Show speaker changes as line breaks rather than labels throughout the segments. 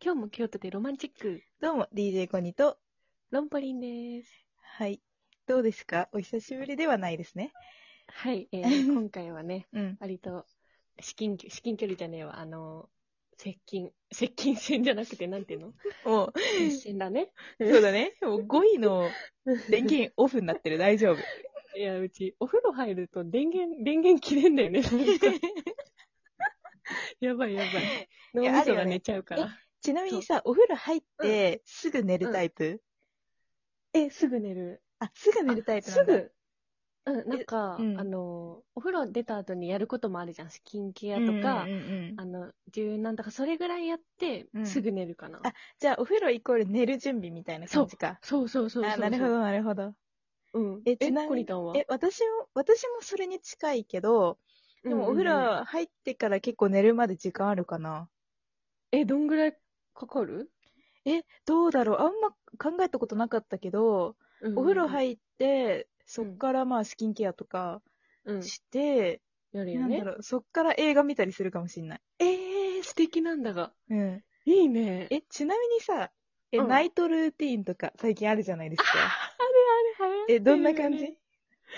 今日も京都でロマンチック、
どうも、DJ コニと、
ロンポリンです。
はい。どうですかお久しぶりではないですね。
はい、え ー今回はね、
うん。
割と、至近距、至近距離じゃねえわ、あの、接近、接近戦じゃなくて、なんていうの
もう、
接戦だ ね。
そうだね。もう5位の電源オフになってる。大丈夫。
いや、うち、お風呂入ると電源、電源切れんだ よね、なんかやばいやばい。
い
脳
や
みそ
あるよ
が
ね
寝ちゃうから。
ちなみにさ、お風呂入って、すぐ寝るタイプ、
え、すぐ寝る。
あ、すぐ寝るタイプな
す
んだ。
ぐ。うん、なんか、
うん
あの、お風呂出た後にやることもあるじゃん。スキンケア
うんうん
とか、
うんうん
あの、柔軟とか、それぐらいやって
う、ん
すぐ寝るかな。
あじゃあ、お風呂イコール寝る準備みたいな感じか。
そうそうそうそうそう。
あ、なるほど、なるほど。
ど。うん。
えちなみに
コリタンは
え、私も、私もそれに近いけど、でもお風
うんうんうん
呂入ってから結構寝るまで時間あるかな。
え、どんぐらいかかる
え、どうだろうあんま考えたことなかったけど、お風呂入って、そっからまあスキンケアとか
うん。
して、
やるよ
なんだ
ね。
ろう、そっから映画見たりするかもしんない。
えー、素敵なんだが。
うん。
いいね。
え、ちなみにさ、え、
うん
ナイトルーティーンとか最近あるじゃないです
あ
か。
あれあれ、流行
え、
って
ど
る
ん
よね
な感じ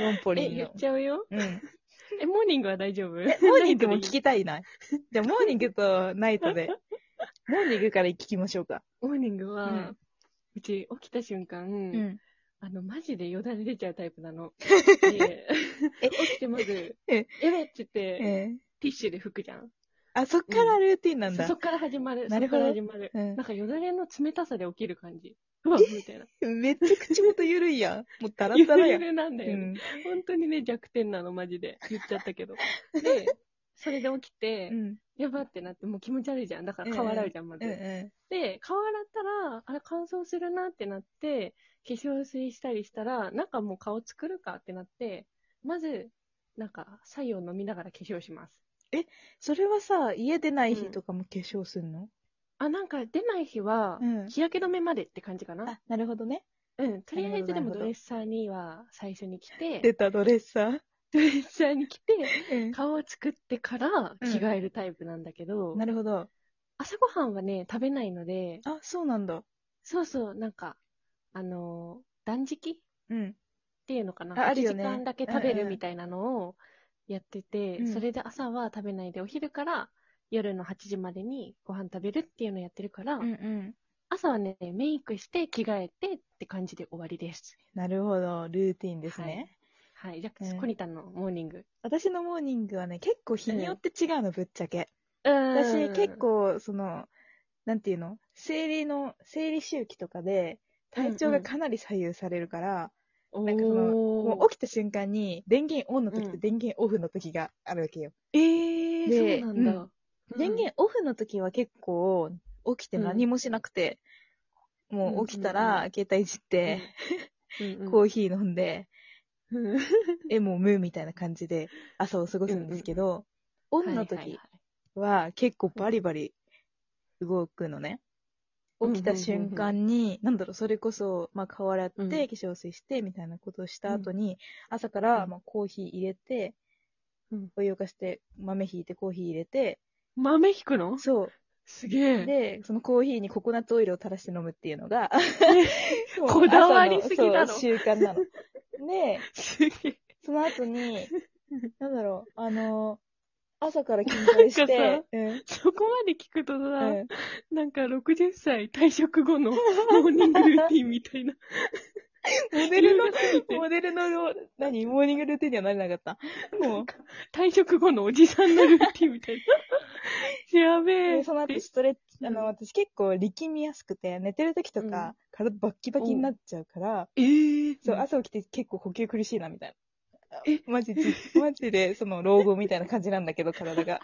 ロンポリ
え、
ン
言
の
っ。ちゃうよ。
う ん。モ
え、モーニングは大丈夫モー
ーニ ングも聞きたいな。じゃあ、モーニングとナイトで。モーニングから聞きましょうか。
モーニングは、
う
うんち起きた瞬間、
うん。
あの、マジでよだれ出ちゃうタイプな の。で
え
起きてまず、
え
やべって言って、
えー
ティッシュで拭くじゃん。
あ、そっからルーティーンなんだ
そ。っから始まる。
なるほど
そっから始まる。
うん
なんかよだれの冷たさで起きる感じ。うわ、みたいな。
めっちゃ口元ゆるいやん。もうダラ
ゆ
ダラ
る
や
ゆ
ん。
るなんだよ、
う
ね
ん。
本当にね、弱点なの、マジで。言っちゃったけど。で、それで起きて、
うん。
やばってなって、もう気持ち悪いじゃん。だから顔洗うじゃん、まず。
うんう
で、顔洗ったら、あれ乾燥するなってなって、化粧水したりしたら、なんかもう顔作るかってなって、まず、なんか、白湯を飲みながら化粧します。
ん。それはさ、家出ない日とかも化粧すんの、
あ、なんか出ない日は
うん、
日焼け止めまでって感じかな。
あ、なるほどね。
うん、とりあえずで
なるほ
も
ど
ドレッサーには最初に来
出
て、
たドレッサー。
ドレッサーに 来て、
うん
顔を作ってから
うん
着替えるタイプなんだけど、
なるほど。
朝ごはんはね、食べないので、
あ、そうなんだ。
そうそう、なんか、あのー断食っ
うん。
ていうのかな、
ああるよ
時
ね
間だけ食べ
うんう
る
ん
みたいなのをやってて、
うん
それで朝は食べないで、お昼から夜の8時までにご飯食べるっていうのをやってるから、
うんうん。
朝はね、メイクして着替えてって感じで終わりです。
なるほど。ルーティンですね。
はいはい、じゃあ、
うん
コニタンのモーニング。
私のモーニングはね、結構日によって違うの、ぶっちゃけ。
私
私、結構、その、なんていうの生理の、生理周期とかで、体調がかなり左右されるから、なんかその、も
お
う
ー
起きた瞬間に電源オンの時と電源オフの時があるわけよ。
えー、
で
そうなんだ。
うん
うん
電源オフの時は結構起きて何もしなくて、もう起きた
うんうん
ら携帯いじって、
うん うん
コーヒー飲んで、
うん
え、もう無みたいな感じで朝を過ごすんですけど、オ
は
ンの
いはい
時
はい
は結構バリバリ動くの
う
ね。
ん
起きた瞬間に、なんだろう、それこそ、まあ、顔洗って、
うん
化粧水して、みたいなことをした後に、朝から、
うん
まあ、コーヒー入れて、
うん
お湯沸かして、豆引いてコーヒー入れて、
豆引くの
そう。
すげえ。
で、そのコーヒーにココナッツオイルを垂らして飲むっていうのが、 もう
こだわりすぎだろ
朝のそう習慣なの。で、
すげえ。
その後 に、なんだろう、あの、朝から筋トレし
なん
て
か、
うん
そこまで聞くとさ、
うん
なんか60歳退職後のモーニングルーティンみたいな。
モデルの
優雅すぎ、て
モデルの、何、モーニングルーティンにはなれなかった。もう、
退職後のおじさんのルーティンみたいな。やべえ。
でその後ストレッチ、
うん
あの、私結構力みやすくて、寝てる時と
うん
か、体バッキバキになっちゃうから、
えー、
そう、朝起きて結構呼吸苦しいな、みたいな。
え
マジで、マジで、その、老後みたいな感じなんだけど、体が。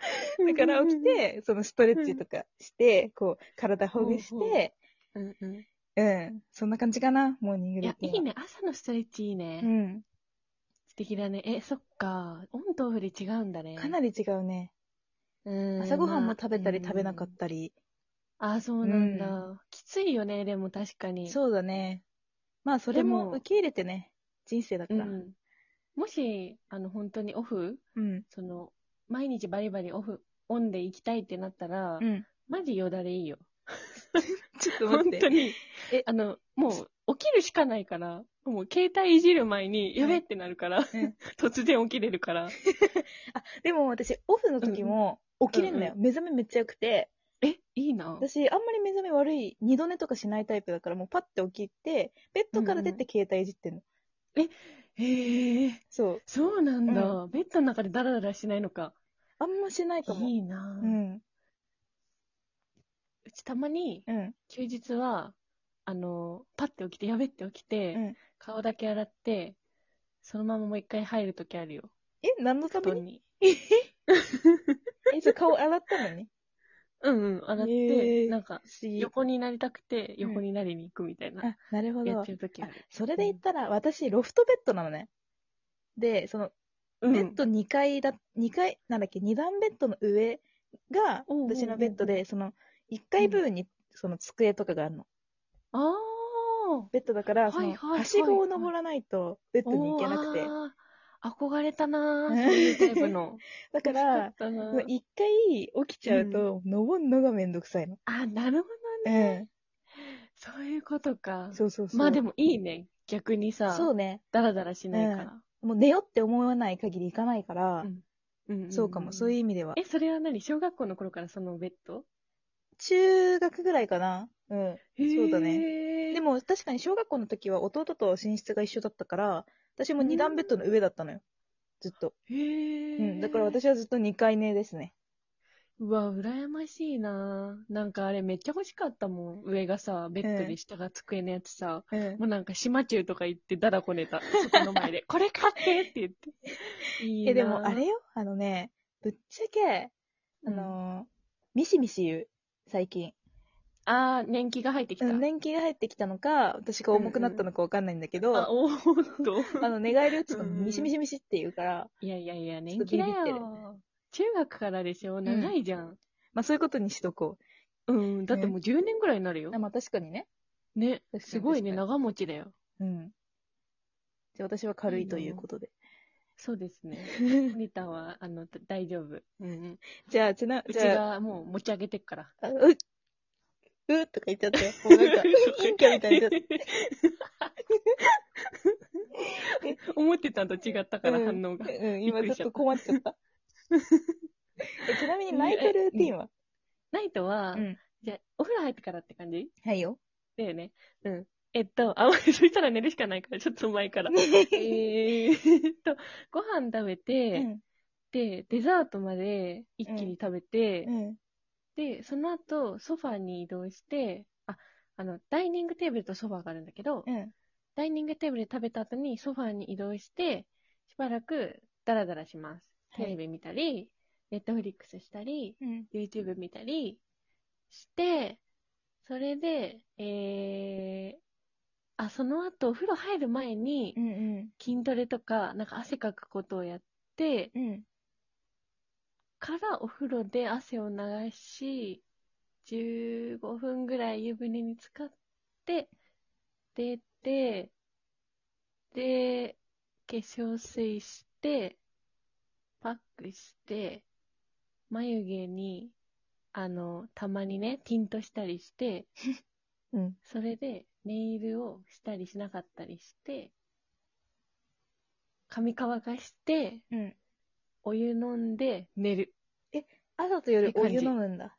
だから起き、て、そのストレッチとかして、こう、体ほぐし
ほうほ
て、
うんうんい
うん、そんな感じかな、モーニングルー
や、
ティ
い
ンは。
いね。朝のストレッチいいね。
うん。
素敵だね。え、そっか。オンとオフで違うんだね。
かなり違うね。
うん
朝ごはんも食べたり
まあ
食べなかったり。
ああ、そうなんだ、
う
きついよね、でも確かに。
そうだね。まあ、それ
で
も
も
受け入れてね、人生だか
う
ら。
ん。もし、あの、本当にオフ、
うん。
その、毎日バリバリオフ、オンで行きたいってなったら、
うん。
マジよだれいいよ。
ちょっと
本
待って
当。に。え、あの、もう、起きるしかないから、もう携帯いじる前に、やべってなるから、
ん
突然起きれるから。
でも私、オフの時も起きれんのよ。目覚めめっちゃ良くて、
え、いいな。
私、あんまり目覚め悪い、二度寝とかしないタイプだから、もうパッて起きて、ベッドから出て携帯いじってんの。
へえ、
そう。
そうなんだ。ベッドの中でダラダラしないのか。
あんましないかも。
いいな、
う。
うんちたまに、
うん。
休日は、あの、パッて起きて、やべって起きて、
うん
顔だけ洗って、そのままもう一回入るときあるよ。
え、何のた
布
め
団
に
に。
え、そう顔洗ったのに。
うんうん、洗って、
へえ
なんか、
不思議
横になりたくて、
うん
横になりに行くみたいな、
あ、なるほ
や
ど
っ。てるときある。
それで言ったら、私、ロフトベッドなのね。で、その、
うん
ベッド2階だ、2階、なんだっけ、2段ベッドの上が、
おうおうおう
私のベッドで、その、1階部分に、その机とかがあるの。
ああ。
ベッドだから、そ
はい
の、
はいはい
はしごを登らないと、ベッドに行けなくて。
あー憧れたな ー、そういうタイプの。
だか
欲し
ら
っ、たな
1回起きちゃうと、登るのがめんどくさいの。
あ、なるほど
う
ね。
ん。
そういうことか。
そうそうそう。
まあでもいいね。逆にさ、
そうね。
ダラダラしないから。
もう寝よって思わない限り行かないから、
うんうんん
そうかも、そういう
う
意味では
ん。。え、それは何小学校の頃からそのベッド
中学ぐらいかな。うん。そうだ
ね
で、も確かに小学校の時は弟と寝室が一緒だったから、私も二段ベッドの上だったのよ。ずっと。
へ
う
ー
ん。だから。私はずっと2階寝ですね。
うわ、羨ましいなーなんかあれめっちゃ欲しかったもん。上がさ、ベッド
うん
で下が机のやつさ。
うん
も。うなんか島中とか行ってダダこねた。そこの前 で。これ買ってって言って。いいな
え、でもあれよ、あのね、ぶっちゃけ、あのーミシミシ言う、最近。
ああ、年季が入ってきた。
うん年季が入ってきたのか、私が重くなったのかわかんないんだけど、
あ、おーっと。
あの、寝返り打つと
うんうん
ミシミシミシって言うから、
いやいやいや、
ちょっ
年
と
季だ
ビビってる
よ。中学からでしょ長いじゃん。
まあそういうことにしとこ
うん、だってもう10年ぐらいになるよ
う。あ。まあ確かにね。
ね、
確かに
すごいね、
確か
長持ちだよ。
うん。じゃあ私は軽いということで。
そうです ね。ニタは、あの、だ大丈夫。うんうん。
じゃあ、ちな、
う
じ
ち
ゃあ、
がもう持ち上げてっから。
あうっ、うっとか言っちゃったよ。もう なんか、いいんかみたいになっちゃっ
思ってたんと違ったから、
うん
反応が。
た。うん、
びっ
今
く
ちょ
り
っ
しちゃった
と困っち ゃった。えちなみにナイトルーティンは
ナイトは、
うん
じゃあお風呂入ってからって感じ
はいよ。
だよね。うん。えっと、あ、そしたら寝るしかないから、ちょっと前 から。 えーっと、ご飯食べ
う
て、
ん。
で、デザートまで一気に食べて、
うん。
で、その後、ソファに移動して、あ、あの、ダイニングテーブルとソファがあるんだけど、
うん。
ダイニングテーブルで食べた後にソファに移動して、しばらくダラダラします。
はい
テレビ見たり、ネットフリックスしたり、
うん。
YouTube 見たりして、それで、えー、あ、その後、お風呂入る前に
う、ん。
筋トレとか、なんか汗かくことをやって、
うん。
からお風呂で汗を流し、15分ぐらい湯船に浸かって、出て、で、化粧水して、パックして、眉毛に、あの、たまにね、ティントしたりして、
うん。
それでネイルをしたりしなかったりして、髪乾かして、
うん。
お湯飲んで寝る。
朝と夜
って
お
感じ
湯飲むんだ。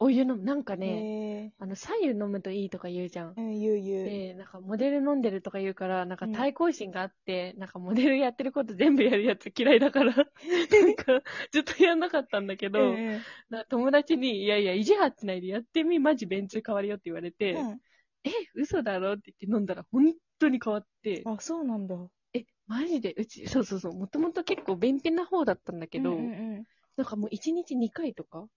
お湯飲む、なんかね、
ね
あの、左右飲むといいとか言うじゃん
え。。うん、ゆうゆう。
で、なんかモデル飲んでるとか言うから、なんか
うん
対抗心があって、なんかモデルやってること全部やるやつ嫌いだから、なんかずっとやんなかったんだけど、
うんうん
なんか友達に、いやいや、意地張ってないでやってみ、マジ便通変わるよって言われて、
うん
え、嘘だろって言って飲んだら本当に変わって、
あ、そうなんだ。
え、マジで、うち、そうそうそう、もともと結構便秘な方だったんだけど、
うんうんうん
なんかもう1日2回とか、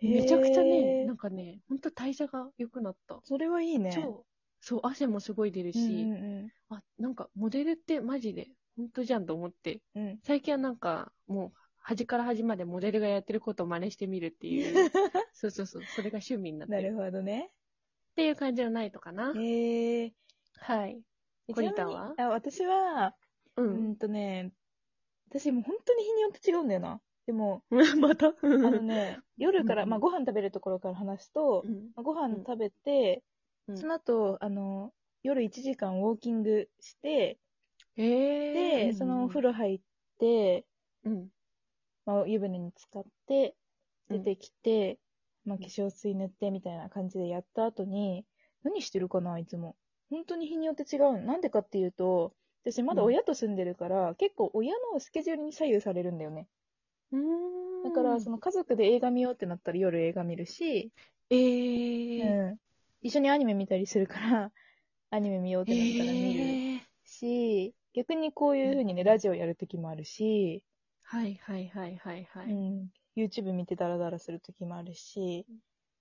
めちゃくちゃね、
へ
な
ー
んかね、ほんと代謝が良くなった。
それはいいね。
超、そう、汗もすごい出るし、
うんうん
あ、なんかモデルってマジで本当じゃんと思って、
うん。うん。
最近はなんかもう端から端までモデルがやってることを真似してみるって いう、そうそうそう、それが趣味になって
な
る。
るほどね。
っていう感じのナイトかな。
へえ。
はい。
え
コリタン
ちなみ
は
にあ私は、
う
うん
ん。
とね、私もう本当に日によって違うんだよな。でも、
また
あの ね、夜から、
うん
まあ、ご飯食べるところから話すと、
うん
ご飯食べて、
うん
その後、あの、夜1時間ウォーキングして、
えー
で、そのお風呂入って、
うん
まあ、湯船に浸かって、
うん
出てきて、まあ、化粧水塗ってみたいな感じでやった後に、何してるかないつも。本当に日によって違うの。なんでかっていうと、私まだ親と住んでるから、結構親のスケジュールに左右されるんだよね。
うん
だから、その家族で映画見ようってなったら夜映画見るし、
え
う
ー
ん、一緒にアニメ見たりするから、 アニメ見ようってなったら見る
えー
し、逆にこういう風にね、
うん
ラジオやる時もあるし、
はいはいはいはいは
う
い。
ん、YouTube 見てダラダラする時もあるし、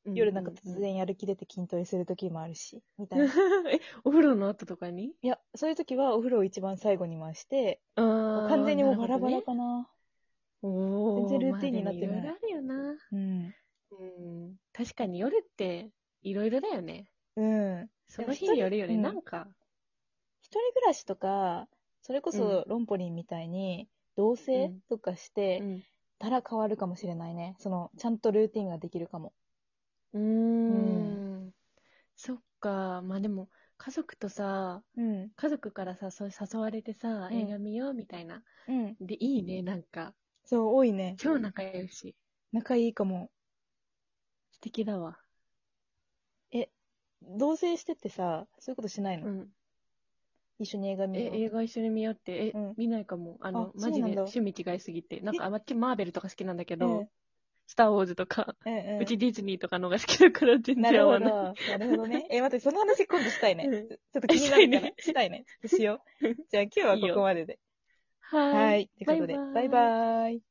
夜なんか突然やる気出て筋トレする時もあるし、みた
う
い
んうんう
な。
ん。 え、お風呂の後とかに
いや、そういう時はお風呂を一番最後に回して、
あー
完全にもうバラバ
な
ラ
る
かな。
ほどねおー
全然ルーティンになってない
まあでもいろいろあるよな。
うん。
うん。確かに夜っていろいろだよね。
うん。
その日によるよね。
でも
な
一人
んか。
一人暮らしとか、それこ
う
そロンポリンみたいに、同
う
棲
ん
とかして、
うん
たら変わるかもしれないね。その、ちゃんとルーティンができるかも。
うーん。そっか。まあでも、家族とさ、
うん。
家族からさ、そう誘われてさ、
うん
映画見ようみたいな。
うん。
で、いいね、なんか。
そう、多いね。
超仲良いし。
仲いいかも。
素敵だわ。
同棲しててさ、そういうことしないうの、
ん。
一緒に映画見
え
る、
映画一緒に見ようって、え、
うん
見ないかも。あの、
あ
マジ
そうな
で
んだ
趣味違いすぎて。なんか、あ、まっちマーベルとか好きなんだけ
う
ど、
ん。
スター・ウォーズとか、
うん
う
うん
ちディズニーとかのが好きだから全
な
然
る
合
ほど。
わない。
なるほどね。え、待って、その話今度したいね。
うん
ちょっと気にな るか
し
ら。したいね。しよう。じゃあ今日はここまでで。
はーい。
はい。ということで、
バイバーイ
バイバーイ。